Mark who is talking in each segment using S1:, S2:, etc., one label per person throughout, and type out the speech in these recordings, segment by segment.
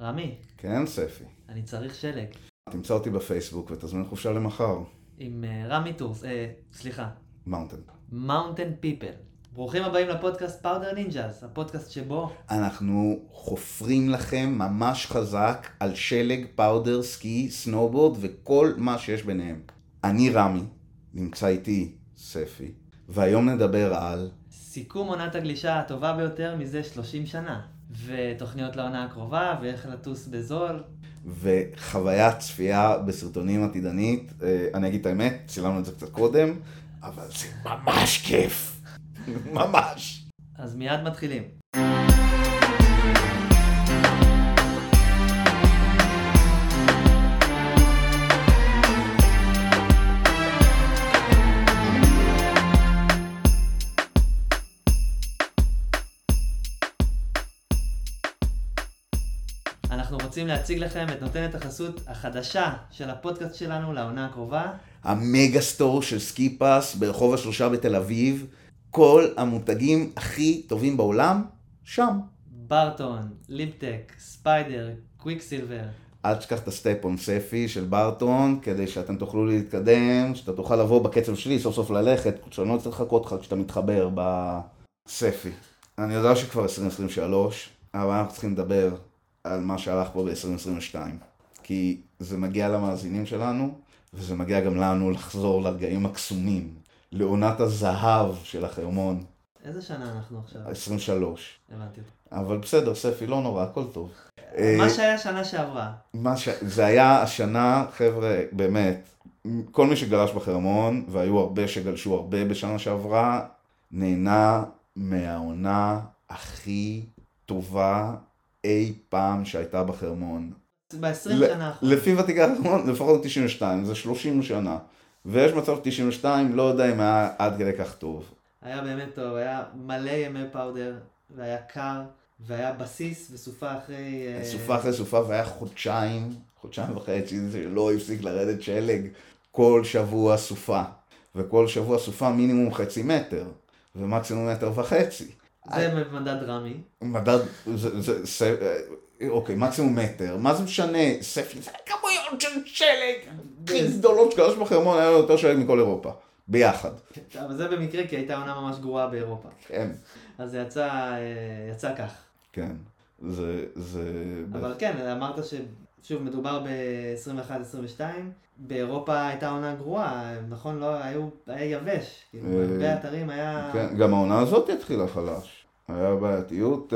S1: רמי,
S2: כן, ספי.
S1: אני צריך שלג.
S2: תמצא אותי בפייסבוק ותזמין חופשה למחר.
S1: עם אה, רמי טורס, אה, סליחה,
S2: מאונטן.
S1: מאונטן פיפל. ברוכים הבאים לפודקאסט פאודר נינג'אז, הפודקאסט שבו
S2: אנחנו חופרים לכם ממש חזק על שלג, פאודר, סקי, סנובורד וכל מה שיש ביניהם. אני רמי, נמצא איתי ספי, והיום נדבר על...
S1: סיכום עונת הגלישה הטובה ביותר מזה 30 שנה, ותוכניות לעונה הקרובה, ואיך לטוס בזול.
S2: וחוויית צפייה בסרטונים עתידנית. אה, אני אגיד את האמת, צילמנו את זה קצת קודם, אבל זה ממש כיף. ממש.
S1: אז מיד מתחילים. אנחנו רוצים להציג לכם את נותנת החסות החדשה של הפודקאסט שלנו לעונה הקרובה.
S2: המגה סטור של סקי פאס ברחוב השלושה בתל אביב, כל המותגים הכי טובים בעולם, שם.
S1: ברטון, ליפטק, ספיידר, קוויקסילבר.
S2: אל תשכח את הסטפון ספי של ברטון, כדי שאתם תוכלו להתקדם, שאתה תוכל לבוא בקצב שלי, סוף סוף ללכת, שאני לא צריך לחכות לך כשאתה מתחבר בספי. אני יודע שכבר 2023, אבל אנחנו צריכים לדבר על מה שהלך פה ב-2022. כי זה מגיע למאזינים שלנו, וזה מגיע גם לנו לחזור לרגעים הקסומים, לעונת הזהב של החרמון,
S1: איזה שנה אנחנו עכשיו?
S2: 23.
S1: הבנתי. אותך.
S2: אבל בסדר, ספי, לא נורא, הכל טוב. אה,
S1: מה שהיה שנה שעברה.
S2: מה ש... זה היה השנה, חבר'ה, באמת, כל מי שגלש בחרמון, והיו הרבה שגלשו הרבה בשנה שעברה, נהנה מהעונה הכי טובה אי פעם שהייתה בחרמון.
S1: ב-20 שנה האחרונות.
S2: לפי ותיקי החרמון, לפחות 92, זה 30 שנה. ויש מצב 92, לא יודע אם היה עד כדי כך טוב.
S1: היה באמת טוב, היה מלא ימי פאודר, והיה קר, והיה בסיס, וסופה אחרי... אה,
S2: סופה אחרי סופה, והיה חודשיים, חודשיים וחצי, זה לא הפסיק לרדת שלג. כל שבוע סופה. וכל שבוע סופה מינימום חצי מטר, ומקסימום מטר וחצי.
S1: זה במדד רמי.
S2: מדד, זה, זה, זה, אה, אוקיי, מקסימום מטר. מה זה משנה? ספי, זה כמויות של שלג. הכי גדולות שגלש בחרמון היה לו יותר שלג מכל אירופה. ביחד.
S1: אבל זה במקרה כי הייתה עונה ממש גרועה באירופה.
S2: כן.
S1: אז זה יצא, אה, יצא כך.
S2: כן. זה, זה...
S1: אבל כן, אמרת ש... שוב, מדובר ב-21-22, באירופה הייתה עונה גרועה, נכון? לא, היו, היה יבש. כאילו,
S2: אה,
S1: בהרבה אתרים היה...
S2: כן, גם העונה הזאת התחילה חלש. היה בעייתיות,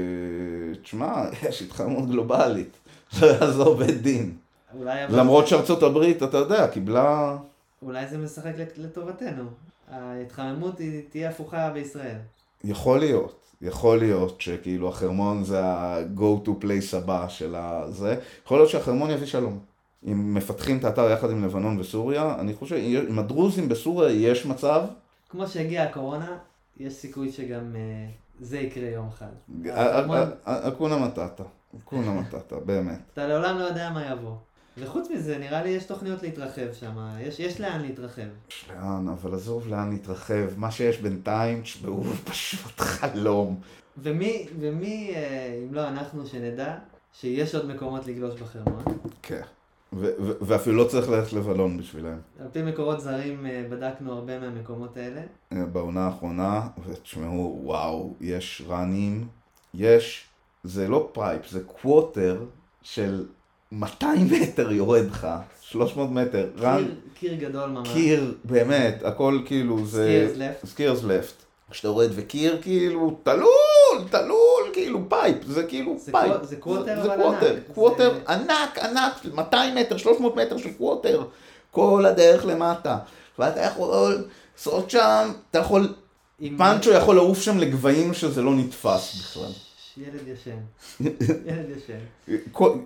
S2: אה, תשמע, יש התחממות גלובלית. זה זה עובד דין.
S1: אולי אבל...
S2: למרות שארצות הברית, אתה יודע, קיבלה...
S1: אולי זה משחק לט- לטובתנו. ההתחממות היא תהיה הפוכה בישראל.
S2: יכול להיות, יכול להיות שכאילו החרמון זה ה-go to place הבא של הזה. יכול להיות שהחרמון יביא שלום. אם מפתחים את האתר יחד עם לבנון וסוריה, אני חושב, עם הדרוזים בסוריה יש מצב,
S1: כמו שהגיעה הקורונה, יש סיכוי שגם אה, זה יקרה יום אחד.
S2: ה-
S1: ההמון,
S2: ה- ה- אה, אקונה מטאטה, אקונה מטאטה, באמת.
S1: אתה לעולם לא יודע מה יבוא. וחוץ מזה, נראה לי יש תוכניות להתרחב שם, יש, יש לאן להתרחב.
S2: יש לאן, אבל עזוב לאן להתרחב, מה שיש בינתיים, תשמעו, פשוט חלום.
S1: ומי, ומי אה, אם לא אנחנו, שנדע שיש עוד מקומות לגלוש בחרמון.
S2: כן. ו- ו- ואפילו לא צריך ללכת לבלון בשבילם.
S1: על פי מקורות זרים אה, בדקנו הרבה מהמקומות האלה.
S2: אה, בעונה האחרונה, ותשמעו, וואו, יש ראנים, יש, זה לא פרייפ, זה קווטר של 200 מטר יורד לך, 300 מטר, רן,
S1: קיר, קיר גדול ממש.
S2: קיר, באמת, הכל כאילו זה...
S1: סקירס לפט.
S2: סקירס לפט. כשאתה יורד וקיר כאילו תלול, תלול, כאילו פייפ, זה כאילו
S1: זה
S2: פייפ.
S1: קו- זה קווטר
S2: זה,
S1: אבל
S2: זה קווטר,
S1: ענק.
S2: קווטר
S1: זה-
S2: ענק, ענק, 200 מטר, 300 מטר של קווטר, כל הדרך למטה. ואתה יכול לעשות שם, אתה יכול,
S1: עם-
S2: פאנצ'ו יכול לעוף שם לגבהים שזה לא נתפס בכלל.
S1: ש- ילד ישן. ילד ישן.
S2: כל-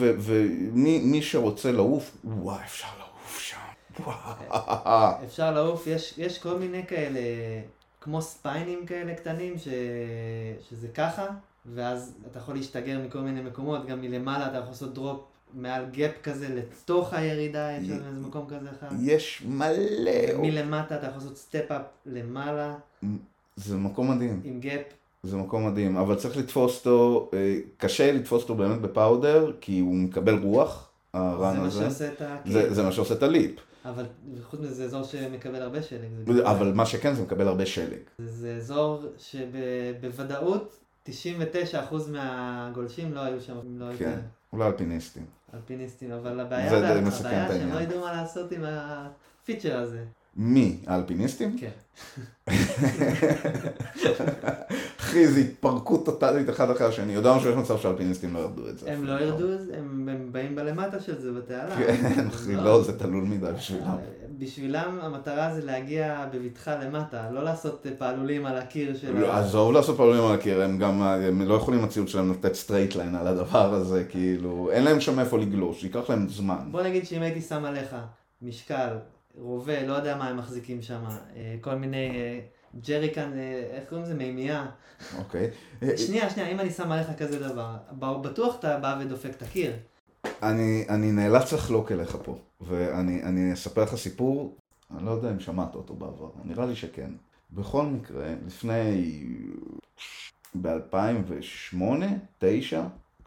S2: ומי מי שרוצה לעוף, וואי, אפשר לעוף
S1: כן.
S2: שם. וואו.
S1: אפשר לעוף, יש, יש כל מיני כאלה, כמו ספיינים כאלה קטנים, ש... שזה ככה, ואז אתה יכול להשתגר מכל מיני מקומות, גם מלמעלה אתה יכול לעשות דרופ מעל גאפ כזה לתוך הירידה, יש לנו איזה מקום כזה אחד.
S2: יש מלא.
S1: מלמטה אתה יכול לעשות סטפ-אפ למעלה
S2: זה מקום מדהים.
S1: עם גאפ,
S2: זה מקום מדהים, אבל צריך לתפוס אותו, אה, קשה לתפוס אותו באמת בפאודר, כי הוא מקבל רוח, הרן
S1: זה מה
S2: הזה.
S1: שעושה כאילו. את ה... כן.
S2: זה, זה מה שעושה את הליפ.
S1: אבל חוץ מזה, זה אזור שמקבל הרבה שלג. זה בדיוק.
S2: אבל מה שכן, זה מקבל הרבה שלג.
S1: זה אזור שבוודאות 99% מהגולשים לא היו שם, לא היו
S2: כן.
S1: כאן
S2: אולי אלפיניסטים.
S1: אלפיניסטים, אבל הבעיה,
S2: זה
S1: לה-
S2: די מסכן את
S1: הבעיה שהם
S2: העניין.
S1: לא ידעו מה לעשות עם הפיצ'ר הזה.
S2: מי? האלפיניסטים?
S1: כן.
S2: אחי, זו התפרקות טוטאלית אחד אחרי השני. יודענו שיש מצב שהאלפיניסטים לא ירדו את זה.
S1: הם לא ירדו, את זה, הם הם באים בלמטה של זה בתעלה.
S2: כן, אחי, לא, זה תלול מדי בשבילם.
S1: בשבילם המטרה זה להגיע בבטחה למטה, לא לעשות אה, פעלולים על הקיר של...
S2: לא,
S1: ה-
S2: עזוב לעשות פעולים על הקיר, הם גם הם לא יכולים הציוד שלהם לתת סטרייט ליין על הדבר הזה, כאילו, אין להם שם איפה לגלוש, ייקח להם זמן.
S1: בוא נגיד שאם הייתי שם עליך משקל, רובה, לא יודע מה הם מחזיקים שם, אה, כל מיני אה, ג'ריקן, אה, איך קוראים לזה? מימייה.
S2: אוקיי.
S1: שנייה, שנייה, אם אני שם עליך כזה דבר, ב- בטוח אתה בא ודופק את הקיר.
S2: אני, אני נאלץ לחלוק אליך פה, ואני אני אספר לך סיפור, אני לא יודע אם שמעת אותו בעבר, נראה לי שכן. בכל מקרה, לפני... ב-2008-2009,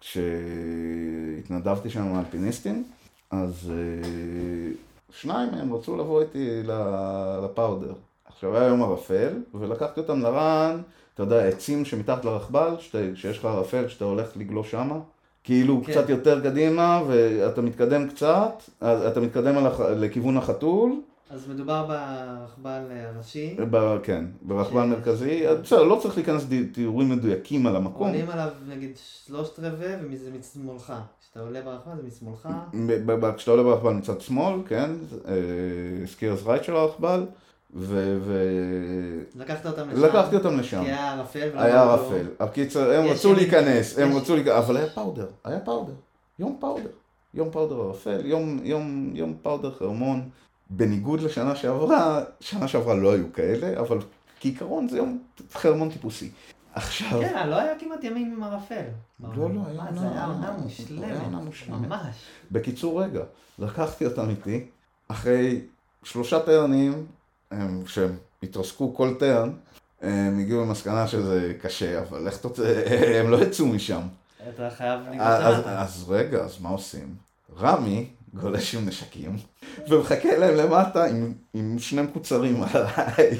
S2: כשהתנדבתי שם עם האלפיניסטים, אז אה, שניים מהם רצו לבוא איתי ל- לפאודר. עכשיו היה יום ערפל, ולקחתי אותם לרן, אתה יודע, עצים שמתחת לרכבל, שאתה- שיש לך ערפל, שאתה הולך לגלוש שמה. כאילו
S1: כן.
S2: כן. קצת יותר קדימה, ואתה מתקדם קצת, אז אתה מתקדם על הח... לכיוון החתול,
S1: אז מדובר ברכבל אה, הראשי,
S2: ב... כן, ברחבן
S1: ש-
S2: מרכזי, אז בסדר, לא צריך להיכנס לתיאורים מדויקים על המקום.
S1: עולים עליו נגיד שלושת רבעי וזה משמאלך. כשאתה עולה ברכבל זה משמאלך.
S2: ב- ב- ב- כשאתה עולה ברכבל מצד שמאל, כן, אה, סקיר הזרייט של הרכבל, ולקחתי
S1: לקחת אותם לשם.
S2: אותם לשם.
S1: כי היה ערפל. ולא לא-
S2: היה
S1: ראו.
S2: ערפל. הקיצר, הם
S1: יש
S2: רצו
S1: ימים-
S2: להיכנס, הם
S1: יש-
S2: רצו להיכנס, אבל היה פאודר, היה פאודר. יום פאודר. יום פאודר ערפל, יום- יום- יום פאודר חרמון. בניגוד לשנה שעברה, שנה שעברה לא היו כאלה, אבל כעיקרון זה יום חרמון טיפוסי. עכשיו...
S1: כן, לא היה כמעט ימים עם ערפל.
S2: לא, לא, היה
S1: מה, אה, זה
S2: עונה-
S1: היה עונה
S2: היה
S1: מושלמת.
S2: עונה מושלמת.
S1: ממש.
S2: בקיצור, רגע, לקחתי אותם איתי, אחרי שלושה טרנים, הם, שהם התרסקו כל טרן, הם הגיעו למסקנה שזה קשה, אבל איך תוצא, הם לא יצאו משם.
S1: אתה חייב
S2: אה, אז,
S1: לגמרי.
S2: אז רגע, אז מה עושים? רמי גולש עם נשקים, ומחכה להם למטה עם, עם שני מקוצרים עליי.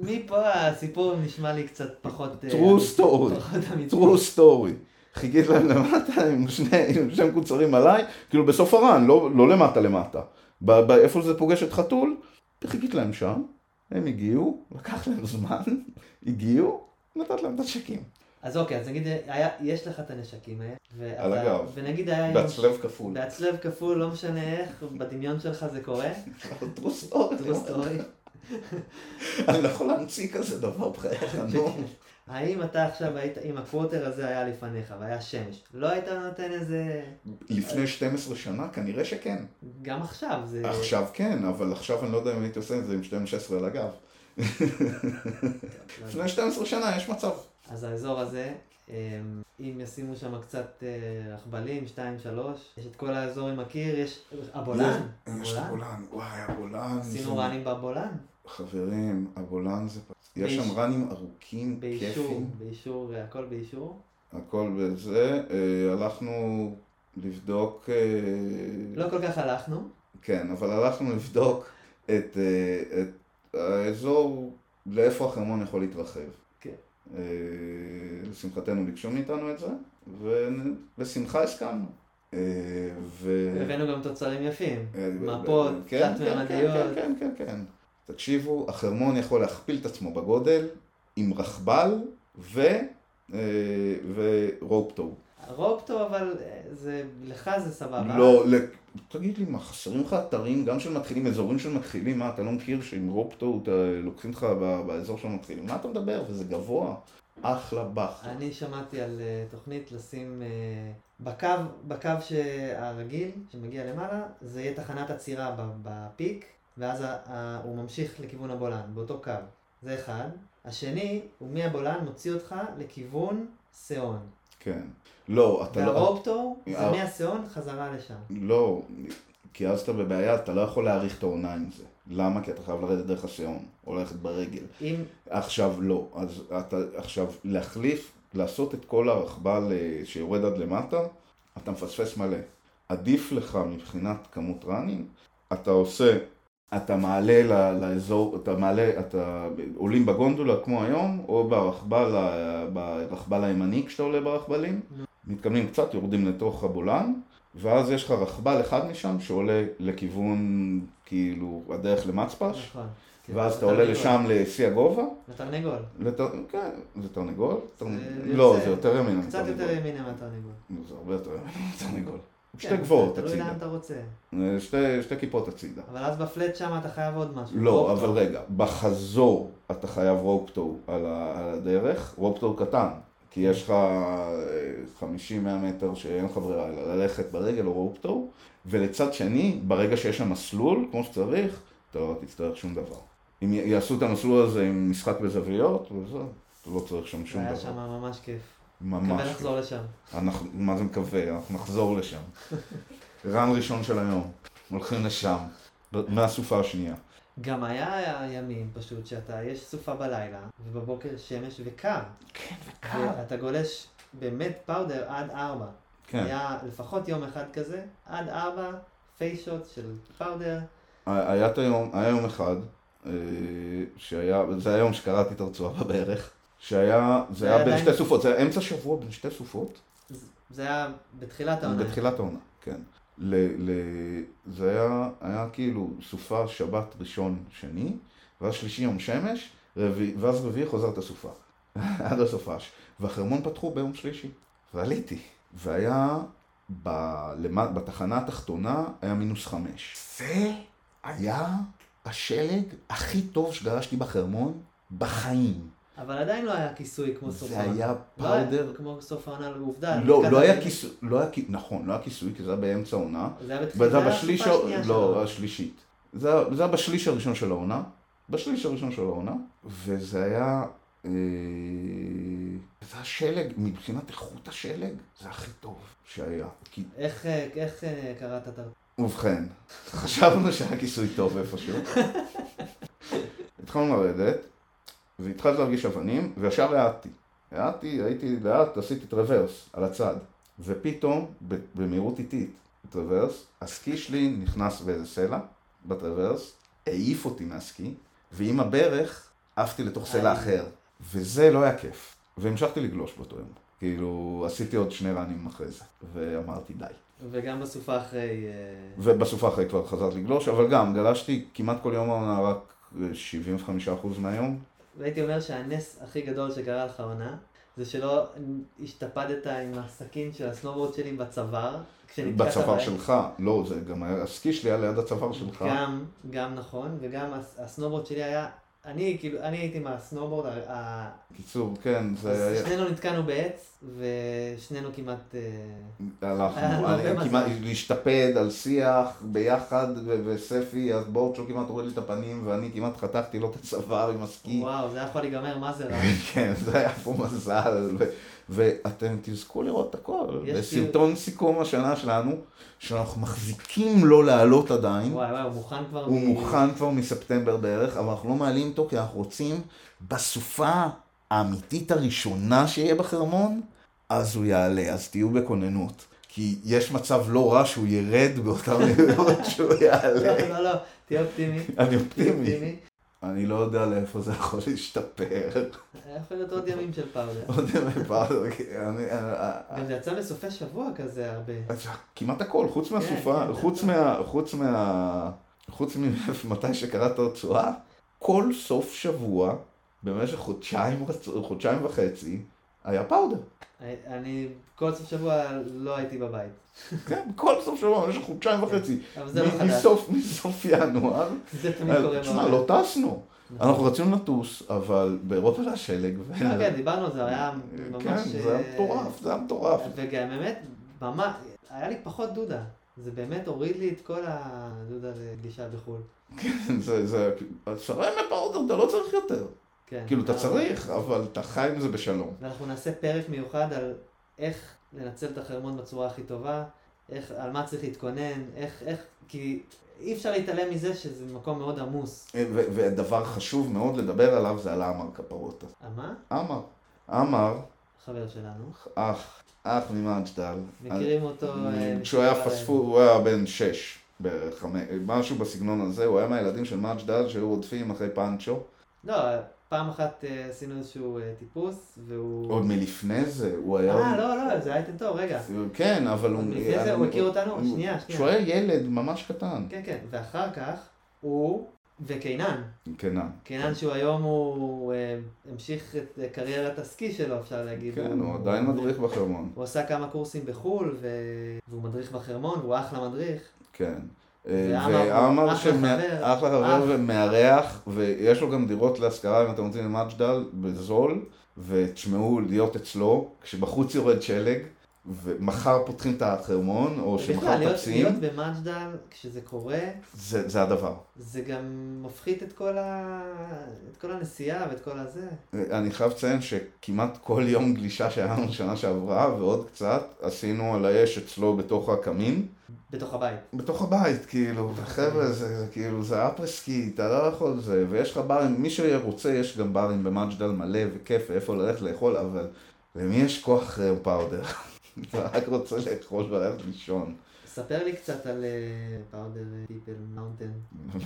S1: מפה הסיפור נשמע לי קצת פחות... אה,
S2: True story.
S1: פחות אמיתי.
S2: true story. חיכית להם למטה עם שני, עם שני מקוצרים עליי, כאילו בסוף הרן, לא, לא למטה למטה. ב, ב, איפה זה פוגש את חתול, חיכית להם שם, הם הגיעו, לקח להם זמן, הגיעו, נתת להם את הצ'קים.
S1: אז אוקיי, אז נגיד, היה- יש לך את הנשקים האלה. ואתה-
S2: על הגב.
S1: ונגיד היה... יום-
S2: בהצלב כפול.
S1: בהצלב כפול, לא משנה איך, בדמיון שלך זה קורה.
S2: true story.
S1: True story.
S2: אני לא יכול להמציא כזה דבר בחייך, נו.
S1: האם אתה עכשיו היית, אם הקווטר הזה היה לפניך והיה שמש, לא היית נותן איזה...
S2: לפני 12 שנה כנראה שכן.
S1: גם עכשיו, זה...
S2: עכשיו כן, אבל עכשיו אני לא יודע אם הייתי עושה את זה עם 12 על הגב.
S1: לא יודע.
S2: לפני 12 שנה יש מצב.
S1: אז האזור הזה, אמ, אם ישימו שם קצת אה, רכבלים, 2-3, יש את כל האזור עם הקיר, יש... הבולען,
S2: יש
S1: הבולען.
S2: את הבולען, וואי, הבולען.
S1: עשינו
S2: זה-
S1: ראנים בבולען,
S2: חברים, הבולען זה... יש שם
S1: באיש-
S2: ראנים ארוכים,
S1: באישור,
S2: כיפים,
S1: באישור, אה, הכל באישור.
S2: הכל בזה. אה, הלכנו לבדוק... אה,
S1: לא כל כך הלכנו,
S2: כן, אבל הלכנו לבדוק את, אה, את האזור, לאיפה החרמון יכול להתרחב.
S1: כן.
S2: אה, לשמחתנו ביקשו מאיתנו את זה, ובשמחה הסכמנו. אה, ו...
S1: הבאנו גם תוצרים יפים.
S2: אה,
S1: מפות,
S2: כן,
S1: תלת
S2: כן,
S1: ממדיות.
S2: כן, כן, כן, כן. תקשיבו, החרמון יכול להכפיל את עצמו בגודל עם רכבל ו... אה, ורופטו.
S1: רופטו, אבל אה, זה, לך זה סבבה.
S2: לא, ל... תגיד לי מה, חסרים לך אתרים גם של מתחילים, אזורים של מתחילים, מה, אתה לא מכיר שעם רופטו אתה- לוקחים אותך ב- באזור של מתחילים? מה אתה מדבר? וזה גבוה. אחלה באח.
S1: אני שמעתי על אה, תוכנית לשים אה, בקו, בקו הרגיל, שמגיע למעלה, זה יהיה תחנת עצירה ב- בפיק, ואז ה- ה- הוא ממשיך לכיוון הבולען, באותו קו. זה אחד. השני, הוא מהבולען מוציא אותך לכיוון סאון.
S2: כן. לא, אתה לא...
S1: והרופטור
S2: אה.
S1: זה מהסאון חזרה לשם.
S2: לא, כי אז אתה בבעיה, אתה לא יכול להאריך את העונה עם זה. למה? כי אתה חייב לרדת דרך השעון, או ללכת ברגל.
S1: אם...
S2: עכשיו לא. אז אתה, עכשיו, להחליף, לעשות את כל הרכבל אה, שיורד עד למטה, אתה מפספס מלא. עדיף לך מבחינת כמות ראנים, אתה עושה, אתה מעלה ל- לאזור, אתה מעלה, אתה עולים בגונדולה כמו היום, או ברכבל, ה- ברכבל הימני כשאתה עולה ברכבלים, מתקדמים קצת, יורדים לתוך הבולען, ואז יש לך רכבל אחד משם שעולה לכיוון, כאילו, הדרך למצפש,
S1: נכון. כן,
S2: ואז
S1: זה
S2: אתה עולה
S1: תרנגול.
S2: לשם לשיא הגובה,
S1: זה תרנגול.
S2: לת... כן, זה תרנגול? תר...
S1: זה-
S2: לא,
S1: זה-
S2: זה יותר ימינה
S1: קצת
S2: מתרנגול.
S1: יותר ימינה מהתרנגול.
S2: זה הרבה יותר ימינה מתרנגול.
S1: כן,
S2: שתי גבוהות
S1: תלוי
S2: הצידה. אה,
S1: לאן אתה רוצה.
S2: שתי, שתי כיפות הצידה.
S1: אבל אז בפלט שם אתה חייב עוד משהו.
S2: לא,
S1: רוב
S2: אבל
S1: טוב.
S2: רגע, בחזור אתה חייב רופטור על, ה- על הדרך, רופטור קטן. כי יש לך אה, 50-100 מטר שאין לך ברירה אלא ללכת ברגל או רופטור, ולצד שני, ברגע שיש שם מסלול, כמו שצריך, אתה לא תצטרך שום דבר. אם י- יעשו את המסלול הזה עם משחק בזוויות, וזהו, אתה לא צריך שם
S1: זה
S2: שום
S1: היה
S2: דבר.
S1: שם ממש כיף.
S2: ממש. לא.
S1: מקווה לחזור לשם.
S2: אנחנו, מה זה מקווה? אנחנו נחזור לשם. רן ראשון של היום, הולכים לשם, ב- מהסופה השנייה.
S1: גם היה ימים פשוט שאתה, יש סופה בלילה, ובבוקר שמש וקר.
S2: כן,
S1: ואתה גולש באמת פאודר עד ארבע.
S2: כן.
S1: היה לפחות יום אחד כזה, עד ארבע, פייס שוט של פאודר.
S2: היה היה את היום, היה יום אחד, אה, שהיה, זה היום שקראתי את הרצועה בערך, שהיה,
S1: זה
S2: זה היה
S1: היה
S2: בין
S1: עדיין-
S2: שתי סופות, זה היה אמצע שבוע בין שתי סופות,
S1: ז- זה היה בתחילת העונה.
S2: בתחילת העונה, כן. ל, ל, זה היה, היה כאילו סופה שבת ראשון שני, ואז שלישי יום שמש, רביעי, ואז רביעי חוזרת הסופה. עד הסופש. והחרמון פתחו ביום שלישי. ועליתי. והיה ב, למע- בתחנה התחתונה היה מינוס חמש. זה היה השלג הכי טוב שגרשתי בחרמון בחיים.
S1: אבל עדיין לא היה כיסוי כמו סוף
S2: זה
S1: העונה.
S2: היה
S1: לא היה
S2: פאודר.
S1: כמו סוף העונה, עובדה.
S2: לא,
S1: כזה-
S2: לא היה כיסוי, לא היה, כיס- נכון, לא היה כיסוי, כי זה היה באמצע העונה.
S1: זה היה בתחילת,
S2: וזה
S1: זה
S2: היה
S1: היה
S2: בשליש,
S1: הסופה השנייה
S2: ה... לא,
S1: שלו.
S2: השלישית. זה, היה- זה היה בשליש הראשון של העונה, בשליש הראשון של העונה, וזה היה, אה... זה היה שלג, מבחינת איכות השלג, זה הכי טוב שהיה. כי...
S1: איך, אה, איך אה, קראת את ה...
S2: ובכן, חשבנו שהיה כיסוי טוב איפשהו. התחלנו לרדת, והתחלתי להרגיש אבנים, וישר האטתי. האטתי, הייתי לאט, עשיתי טרוורס על הצד. ופתאום, ב- במהירות איטית, טרוורס, הסקי שלי נכנס באיזה סלע, בטרוורס, העיף אותי מהסקי, ועם הברך עפתי לתוך סלע
S1: איי.
S2: אחר. וזה לא היה כיף. והמשכתי לגלוש באותו יום. כאילו, עשיתי עוד שני ראנים אחרי זה, ואמרתי די.
S1: וגם בסופה אחרי... אה,
S2: ובסופה אחרי כבר חזרת לגלוש, אבל גם, גלשתי כמעט כל יום העונה, רק אה, 75% מהיום.
S1: והייתי אומר שהנס הכי גדול שקרה לך העונה, זה שלא השתפדת עם הסכין של הסנובורד שלי בצוואר, כשנתקעת
S2: בצוואר
S1: בהם.
S2: שלך, לא, זה גם היה, הסקי שלי היה ליד הצוואר שלך.
S1: גם, גם נכון, וגם הס- הסנובורד שלי היה... אני כאילו, אני הייתי מהסנובורד, ה- ה-
S2: קיצור, כן, זה
S1: אז
S2: היה,
S1: שנינו נתקענו בעץ, ושנינו כמעט... אה, היה
S2: הלכנו,
S1: לנו הרבה
S2: היה כמעט
S1: אה, מזל.
S2: להשתפד על שיח ביחד, ו- וספי, אז בורצ'ו כמעט הוריד לי את הפנים, ואני כמעט חתכתי לו את הצוואר עם הסקי.
S1: וואו, זה היה יכול להיגמר, מה זה רע?
S2: כן, זה היה פה מזל, ו- ואתם תזכו לראות את הכל.
S1: יש
S2: בסרטון סיכום השנה שלנו, שאנחנו מחזיקים לא לעלות עדיין.
S1: וואי וואי, הוא מוכן כבר...
S2: הוא
S1: מ-
S2: מוכן כבר מספטמבר בערך, אבל אנחנו לא מעלים אותו כי אנחנו רוצים בסופה האמיתית הראשונה שיהיה בחרמון, אז הוא יעלה, אז תהיו בכוננות. כי יש מצב לא רע שהוא ירד באותה מהירות שהוא יעלה.
S1: לא, לא, לא, תהיה אופטימי.
S2: אני
S1: תהיה
S2: אופטימי. אני לא יודע לאיפה זה יכול להשתפר.
S1: היה יכול להיות עוד ימים של פאודר.
S2: עוד ימי פעם, כי אני- אה, אה,
S1: גם זה יצא בסופי שבוע כזה הרבה.
S2: אז כמעט הכל, חוץ מהסופה,
S1: כן,
S2: חוץ
S1: כן.
S2: מה... חוץ מה... חוץ ממתי שקראת הרצועה, כל סוף שבוע, במשך חודשיים, רצ- חודשיים וחצי, היה פאודר.
S1: אני כל סוף שבוע לא הייתי בבית.
S2: כן, כל סוף שבוע, במשך חודשיים וחצי.
S1: אבל זה לא
S2: מ-
S1: חדש.
S2: מסוף, מסוף ינואר,
S1: זה תמיד קורה
S2: תשמע,
S1: בעולם.
S2: לא טסנו.
S1: נכון.
S2: אנחנו רצינו לטוס, אבל באירופה זה השלג. ו-
S1: כן, כן, דיברנו על זה, היה ממש...
S2: כן, זה היה
S1: אה, כן.
S2: מטורף, זה היה מטורף.
S1: וגם באמת, ממש, היה לי פחות דודה. זה באמת הוריד לי את כל הדודה לגלישה בחו"ל.
S2: זה, זה, שרי מפאודר, אתה לא צריך יותר.
S1: כן.
S2: כאילו, אתה
S1: אבל-
S2: צריך, אבל אתה חי עם זה בשלום.
S1: ואנחנו נעשה פרק מיוחד על איך לנצל את החרמון בצורה הכי טובה, איך, על מה צריך להתכונן, איך, איך, כי אי אפשר להתעלם מזה שזה מקום מאוד עמוס.
S2: אה, ו- ודבר חשוב מאוד לדבר עליו זה על עמר קפרוטה.
S1: אה, מה?
S2: עמר. עמר,
S1: חבר שלנו.
S2: אח, אח ממג'דל.
S1: מכירים אותו... אה,
S2: כשהוא היה
S1: מספר
S2: פספור, הוא היה בן שש בערך, חמש- משהו בסגנון הזה, הוא היה מהילדים של מג'דל שהיו רודפים אחרי פאנצ'ו.
S1: לא, פעם אחת אה, עשינו איזשהו אה, טיפוס, והוא...
S2: עוד מלפני זה, הוא היה...
S1: אה, לא, לא, זה היה איתן טוב, רגע.
S2: כן, אבל הוא... אה,
S1: לפני זה הוא הכיר אותנו? שנייה,
S2: כשהוא
S1: שנייה.
S2: היה ילד ממש קטן.
S1: כן, כן, ואחר כך הוא וקינן.
S2: כן, אה.
S1: קינן שהוא היום הוא אה, המשיך את אה, קריירת הסקי שלו, אפשר להגיד.
S2: כן, הוא עדיין מדריך בחרמון.
S1: הוא עשה כמה קורסים בחו"ל, ו... והוא מדריך בחרמון, והוא אחלה מדריך.
S2: כן.
S1: ועמר,
S2: ועמר
S1: אחלה חבר.
S2: שמא- אחלה
S1: אח.
S2: חבר ומארח, ויש לו גם דירות להשכרה אם אתם רוצים למג'דל, בזול, ותשמעו להיות אצלו, כשבחוץ יורד שלג, ומחר פותחים את החרמון, או
S1: ובכלל,
S2: שמחר
S1: להיות,
S2: תפסים,
S1: להיות במג'דל, כשזה קורה,
S2: זה זה הדבר.
S1: זה גם מפחית את כל, ה... את כל הנסיעה ואת כל הזה.
S2: אני חייב לציין שכמעט כל יום גלישה שהיה לנו שנה שעברה, ועוד קצת, עשינו על האש אצלו בתוך הקמין.
S1: בתוך הבית.
S2: בתוך הבית, כאילו, חבר'ה, זה, זה כאילו, זה אפרסקי, אתה לא יכול זה, ויש לך ברים, מי שרוצה, יש גם ברים במג'דל מלא וכיף, ואיפה ללכת לאכול, אבל למי יש כוח אה, פאודר? אתה רק רוצה לאכול וללכת לישון.
S1: ספר לי קצת על אה, פאודר פיפל מאונטן.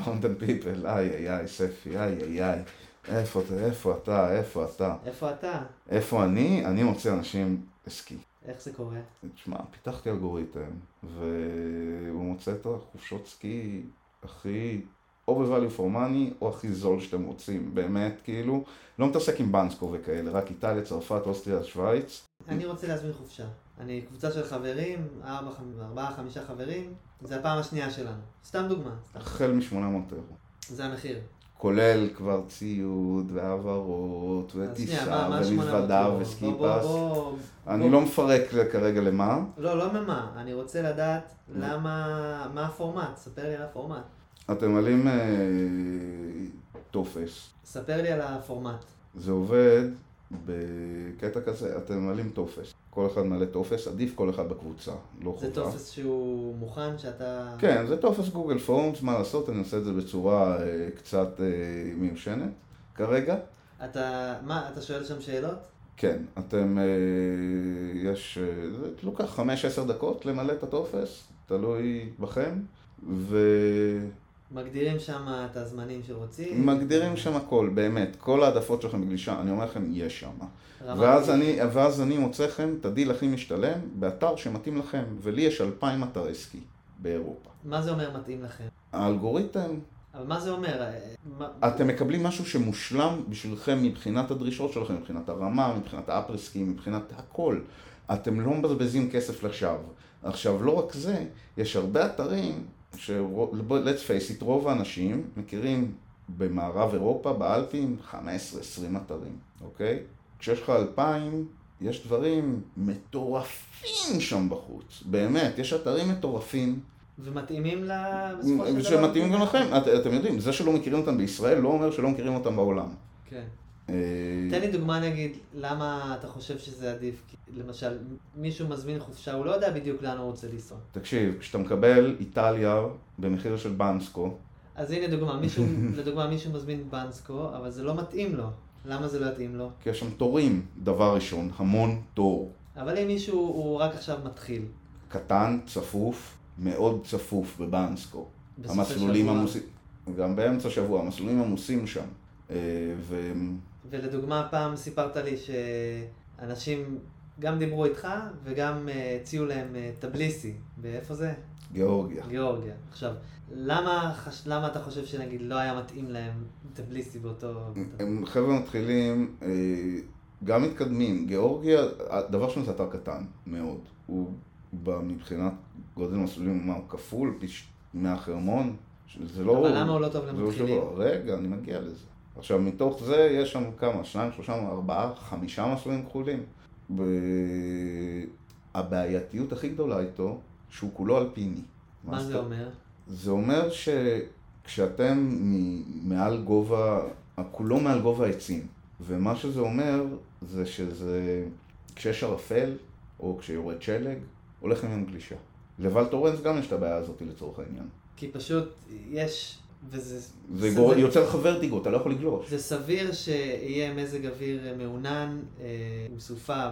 S2: מאונטן פיפל, איי איי איי, ספי, איי איי איי. איפה אתה, איפה אתה, איפה אתה?
S1: איפה אתה?
S2: איפה אני? אני מוצא אנשים עסקי.
S1: איך זה קורה?
S2: תשמע, פיתחתי אלגוריתם, והוא מוצא את החופשות סקי הכי, או ב-value for money, או הכי זול שאתם רוצים, באמת, כאילו, לא מתעסק עם בנסקו וכאלה, רק איטליה, צרפת, אוסטריה, שווייץ.
S1: אני רוצה להזמין חופשה. אני קבוצה של חברים, ארבע, חמ- ארבעה, חמישה חברים, זה הפעם השנייה שלנו. סתם דוגמה, סתם.
S2: החל מ-800 אירו.
S1: זה המחיר.
S2: כולל כבר ציוד, והעברות,
S1: אז שנייה, מה-
S2: וטיסה,
S1: מה
S2: ומזוודה,
S1: 800?
S2: וסקי
S1: בוא, בוא,
S2: פס.
S1: בוא,
S2: אני
S1: בוא.
S2: לא מפרק כרגע למה.
S1: לא, לא ממה, אני רוצה לדעת למה, מה הפורמט, ספר לי על הפורמט.
S2: אתם מעלים אה, טופס.
S1: ספר לי על הפורמט.
S2: זה עובד בקטע כזה, אתם מעלים טופס. כל אחד מעלה טופס, עדיף כל אחד בקבוצה, לא חובה.
S1: זה טופס שהוא מוכן, שאתה...
S2: כן, זה טופס גוגל פורמס, מה לעשות, אני עושה את זה בצורה אה, קצת אה, מיושנת כרגע.
S1: אתה, מה, אתה שואל שם שאלות?
S2: כן, אתם, אה, יש, אה, זה לוקח 5-10 דקות למלא את הטופס, תלוי בכם,
S1: מגדירים שם את הזמנים שרוצים?
S2: ומגדירים שם הכל, באמת, כל העדפות שלכם בגלישה, אני אומר לכם, יש שם.
S1: רמת-
S2: ואז אני, ואז אני מוצא לכם את הדיל הכי משתלם באתר שמתאים לכם, ולי יש 2,000 אתרי סקי באירופה.
S1: מה זה אומר מתאים לכם?
S2: האלגוריתם,
S1: אבל מה זה אומר? אה, מה-
S2: אתם מקבלים משהו שמושלם בשבילכם מבחינת הדרישות שלכם, מבחינת הרמה, מבחינת האפר סקי, מבחינת הכל. אתם לא מבזבזים כסף לשווא. עכשיו, לא רק זה, יש הרבה אתרים ש... let's face it, רוב האנשים מכירים במערב אירופה, באלפים, 15-20 אתרים, אוקיי? כשיש לך 2,000, יש דברים מטורפים שם בחוץ. באמת, יש אתרים מטורפים.
S1: ומתאימים ל... בסופו של דבר-
S2: שמתאימים גם לא- לכם, את, אתם יודעים, זה שלא מכירים אותם בישראל לא אומר שלא מכירים אותם בעולם.
S1: כן.
S2: אה,
S1: תן לי דוגמה נגיד, למה אתה חושב שזה עדיף? כי, למשל, מישהו מזמין חופשה, הוא לא יודע בדיוק לאן הוא רוצה לנסוע.
S2: תקשיב, כשאתה מקבל איטליה במחיר של בנסקו,
S1: אז הנה דוגמה, מישהו, לדוגמה, מישהו מזמין בנסקו, אבל זה לא מתאים לו. למה זה לא יתאים לו?
S2: כי יש שם תורים, דבר ראשון, המון תור.
S1: אבל אם מישהו הוא רק עכשיו מתחיל,
S2: קטן, צפוף, מאוד צפוף בבנסקו.
S1: בסופי
S2: המסלולים
S1: שבוע,
S2: עמוסים, גם באמצע שבוע, המסלולים עמוסים שם. אה, והם
S1: ולדוגמה, פעם סיפרת לי שאנשים גם דיברו איתך וגם אה, הציעו להם אה, טבליסי. ואיפה זה?
S2: גיאורגיה.
S1: גיאורגיה. עכשיו, למה, חש... למה אתה חושב שנגיד לא היה מתאים להם טבליסי באותו...
S2: הם חבר'ה מתחילים, אה, גם מתקדמים. גיאורגיה, דבר ראשון זה אתר קטן מאוד. הוא ב- מבחינת גודל מסלולים, מה, הוא כפול פי ש- מהחרמון? ש- זה לא...
S1: אבל למה הוא לא טוב
S2: זה לא
S1: למתחילים?
S2: שבוע. רגע, אני מגיע לזה. עכשיו, מתוך זה יש שם כמה? שניים, שלושה, ארבעה, חמישה מסלולים כחולים. ב- הבעייתיות הכי גדולה איתו, שהוא כולו אלפיני.
S1: מה זה
S2: זאת-
S1: אומר?
S2: זה אומר שכשאתם מ- מעל גובה, כולו מעל גובה העצים, ומה שזה אומר זה שזה, כשיש ערפל, או כשיורד שלג, הולך עם יום גלישה. לבל טורנס גם יש את הבעיה הזאת לצורך העניין.
S1: כי פשוט יש, וזה
S2: זה
S1: זה-
S2: גור- יוצר לך ורטיגו, אתה לא יכול לגלוש.
S1: זה סביר שיהיה מזג אוויר מעונן אה, עם סופה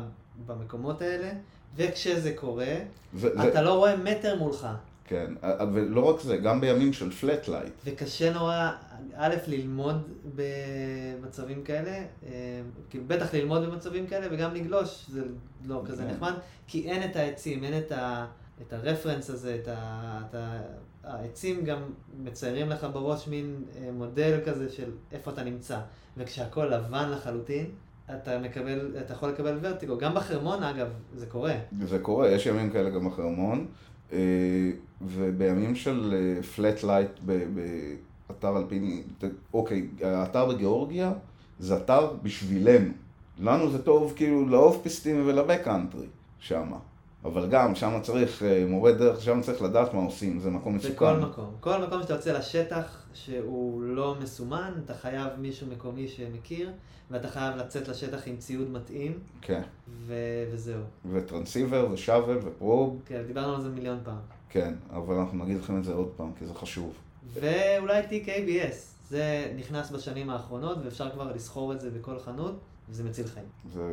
S1: במקומות האלה, וכשזה קורה,
S2: זה- זה-
S1: אתה לא רואה מטר מולך,
S2: כן, א- ולא רק זה, גם בימים של פלט לייט.
S1: וקשה נורא, א', ללמוד במצבים כאלה, אה, כאילו בטח ללמוד במצבים כאלה, וגם לגלוש, זה לא כזה
S2: כן.
S1: נחמד, כי אין את העצים, אין את ה... את הרפרנס הזה, את, ה, את ה, העצים גם מציירים לך בראש מין אה, מודל כזה של איפה אתה נמצא. וכשהכול לבן לחלוטין, אתה מקבל, אתה יכול לקבל ורטיגו. גם בחרמון אגב, זה קורה.
S2: זה קורה, יש ימים כאלה גם בחרמון, אה, ובימים של אה, פלט לייט באתר אלפיני, ת- אוקיי, האתר בגיאורגיה זה אתר בשבילנו. לנו זה טוב כאילו לאוף פיסטים ולבק קאנטרי שמה. אבל גם שם צריך אה, מורה דרך, שם צריך לדעת מה עושים, זה מקום מסוכן.
S1: בכל מקום. כל מקום שאתה יוצא לשטח שהוא לא מסומן, אתה חייב מישהו מקומי שמכיר, ואתה חייב לצאת לשטח עם ציוד מתאים,
S2: כן,
S1: ו- וזהו.
S2: וטרנסיבר ושאבל ופרוב,
S1: כן, דיברנו על זה מיליון פעם.
S2: כן, אבל אנחנו נגיד לכם את זה עוד פעם, כי זה חשוב.
S1: ואולי תיק ABS, זה נכנס בשנים האחרונות, ואפשר כבר לסחור את זה בכל חנות, וזה מציל חיים.
S2: זה,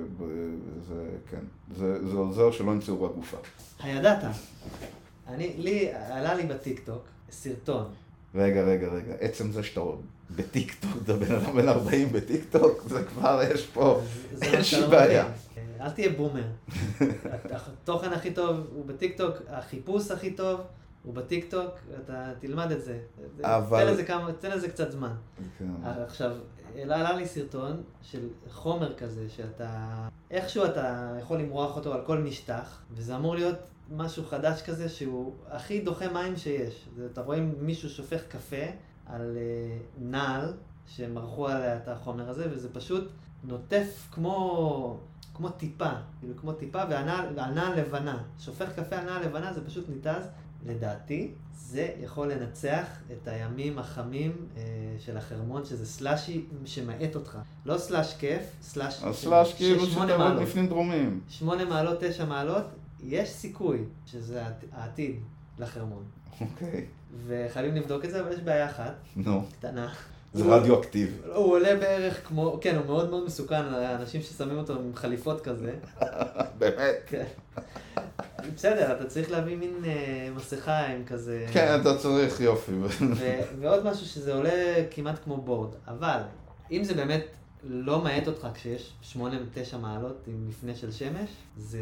S2: זה, כן, זה, זה עוזר שלא ימצאו רק גופה.
S1: הידעת? אני, לי, עלה לי בטיקטוק סרטון.
S2: רגע, רגע, רגע, עצם זה שאתה בטיקטוק, אתה בן אדם בן 40 בטיקטוק, זה כבר יש פה,
S1: זה מה שאתה
S2: אין שום
S1: לא
S2: בעיה.
S1: מבין. אל תהיה בומר. התוכן הכי טוב הוא בטיקטוק, החיפוש הכי טוב הוא בטיקטוק, אתה תלמד את זה.
S2: אבל-
S1: תן לזה כמה- תן לזה קצת זמן.
S2: כן.
S1: עכשיו, אלא עלה לי סרטון של חומר כזה, שאתה... איכשהו אתה יכול למרוח אותו על כל משטח, וזה אמור להיות משהו חדש כזה שהוא הכי דוחה מים שיש. זה- אתה רואה מישהו שופך קפה על אה, נעל שמרחו עליה את החומר הזה, וזה פשוט נוטף כמו, כמו טיפה, כאילו כמו טיפה, והנעל והנעל לבנה. שופך קפה על נעל לבנה זה פשוט ניתז. לדעתי, זה יכול לנצח את הימים החמים אה, של החרמון, שזה סלאשי שמאט אותך. לא סלאש כיף, סלאש...
S2: הסלאש כאילו
S1: ששמונה
S2: שאתה עובד
S1: מעלות.
S2: בפנים דרומים.
S1: שמונה מעלות, תשע מעלות, יש סיכוי שזה העת- העתיד לחרמון.
S2: אוקיי,
S1: וחייבים לבדוק את זה, אבל יש בעיה אחת,
S2: נו,
S1: קטנה.
S2: זה
S1: הוא-
S2: רדיואקטיבי.
S1: לא, הוא עולה בערך כמו, כן, הוא מאוד מאוד מסוכן, האנשים ששמים אותו עם חליפות כזה.
S2: באמת.
S1: כן. בסדר, אתה צריך להביא מין אה, מסכה עם כזה...
S2: כן, אתה צריך יופי.
S1: ו- ועוד משהו שזה עולה כמעט כמו בורד, אבל אם זה באמת לא מאט אותך כשיש 8-9 מעלות עם מפנה של שמש, זה,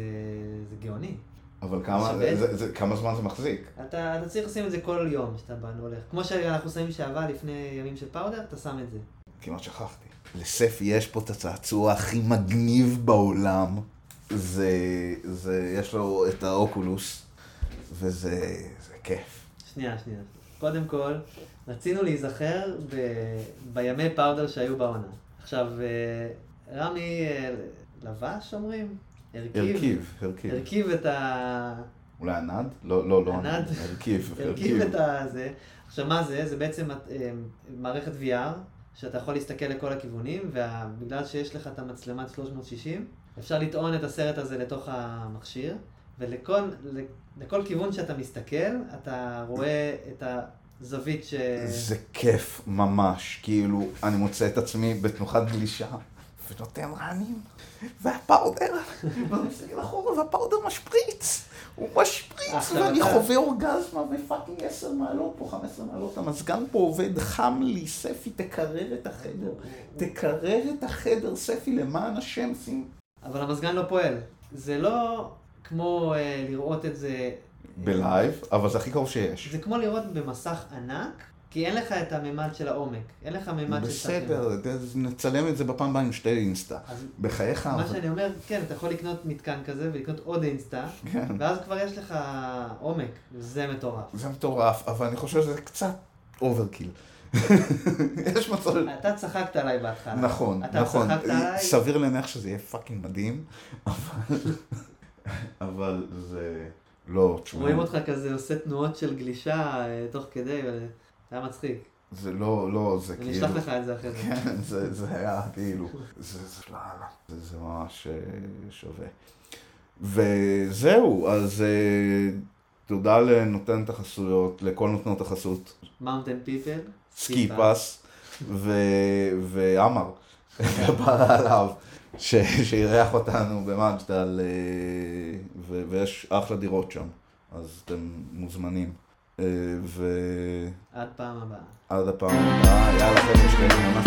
S1: זה גאוני.
S2: אבל כמה-
S1: שווה?
S2: זה- זה- כמה זמן זה מחזיק?
S1: אתה, אתה צריך לשים את זה כל יום שאתה בא- הולך. כמו שאנחנו שמים שעבה לפני ימים של פאודר, אתה שם את זה.
S2: כמעט שכחתי. לספי יש פה את הצעצוע הכי מגניב בעולם. זה, זה, יש לו את האוקולוס, וזה זה כיף.
S1: שנייה, שנייה. קודם כל, רצינו להיזכר ב... בימי פאודר שהיו בעונה. עכשיו, אה, רמי אה, לבש, אומרים? הרכיב.
S2: הרכיב, כן. הרכיב.
S1: הרכיב את ה...
S2: אולי ענד? לא, לא, לא.
S1: ענד?
S2: הרכיב,
S1: הרכיב
S2: הרכיב.
S1: את הזה. עכשיו, מה זה? זה בעצם אה, מערכת VR, שאתה יכול להסתכל לכל הכיוונים, ובגלל שיש לך את המצלמת 360, אפשר לטעון את הסרט הזה לתוך המכשיר, ולכל לכל כיוון שאתה מסתכל, אתה רואה את הזווית ש...
S2: זה כיף ממש, כאילו, אני מוצא את עצמי בתנוחת גלישה, ונותן רענים, והפאודר, ומסתכל אחורה, והפאודר משפריץ, הוא משפריץ,
S1: אחלה
S2: ואני
S1: מצב.
S2: חווה אורגזמה ופאקינג 10 מעלות פה, 15 מעלות, המזגן פה עובד, חם לי, ספי, תקרר את החדר, תקרר את החדר, ספי, למען השם, שים...
S1: אבל המזגן לא פועל. זה לא כמו אה, לראות את זה...
S2: בלייב, אבל זה הכי קרוב שיש.
S1: זה כמו לראות במסך ענק, כי אין לך את הממד של העומק. אין לך ממד של... תרתי
S2: בסדר, נצלם את זה בפעם הבאה עם שתי אינסטה.
S1: אז
S2: בחייך,
S1: מה
S2: אבל-
S1: שאני אומר, כן, אתה יכול לקנות מתקן כזה ולקנות עוד אינסטה,
S2: כן.
S1: ואז כבר יש לך עומק, וזה מטורף.
S2: זה מטורף, אבל אני חושב שזה קצת אוברקיל. יש מצב...
S1: אתה צחקת עליי בהתחלה.
S2: נכון,
S1: אתה
S2: נכון.
S1: צחקת עליי,
S2: סביר להניח שזה יהיה פאקינג מדהים, אבל... אבל זה... לא, תשמע,
S1: רואים אותך כזה עושה תנועות של גלישה אה, תוך כדי, וזה היה מצחיק.
S2: זה לא, לא, זה
S1: אני
S2: כאילו...
S1: אשלח לך את זה אחרי זה.
S2: כן, זה זה היה כאילו... זה זה- לא, לא, זה- זה ממש אה, שווה. וזהו, אז אה, תודה לנותן את החסויות, לכל נותנות החסות,
S1: מאונטן פיפל.
S2: סקי פס ו- ועמר, כפרה עליו, ש- שאירח אותנו במג'דל, אה, ו- ויש אחלה דירות שם, אז אתם מוזמנים. אה, ועד
S1: עד פעם הבאה.
S2: הפעם הבאה, יאללה חבר'ה, שקלים ממש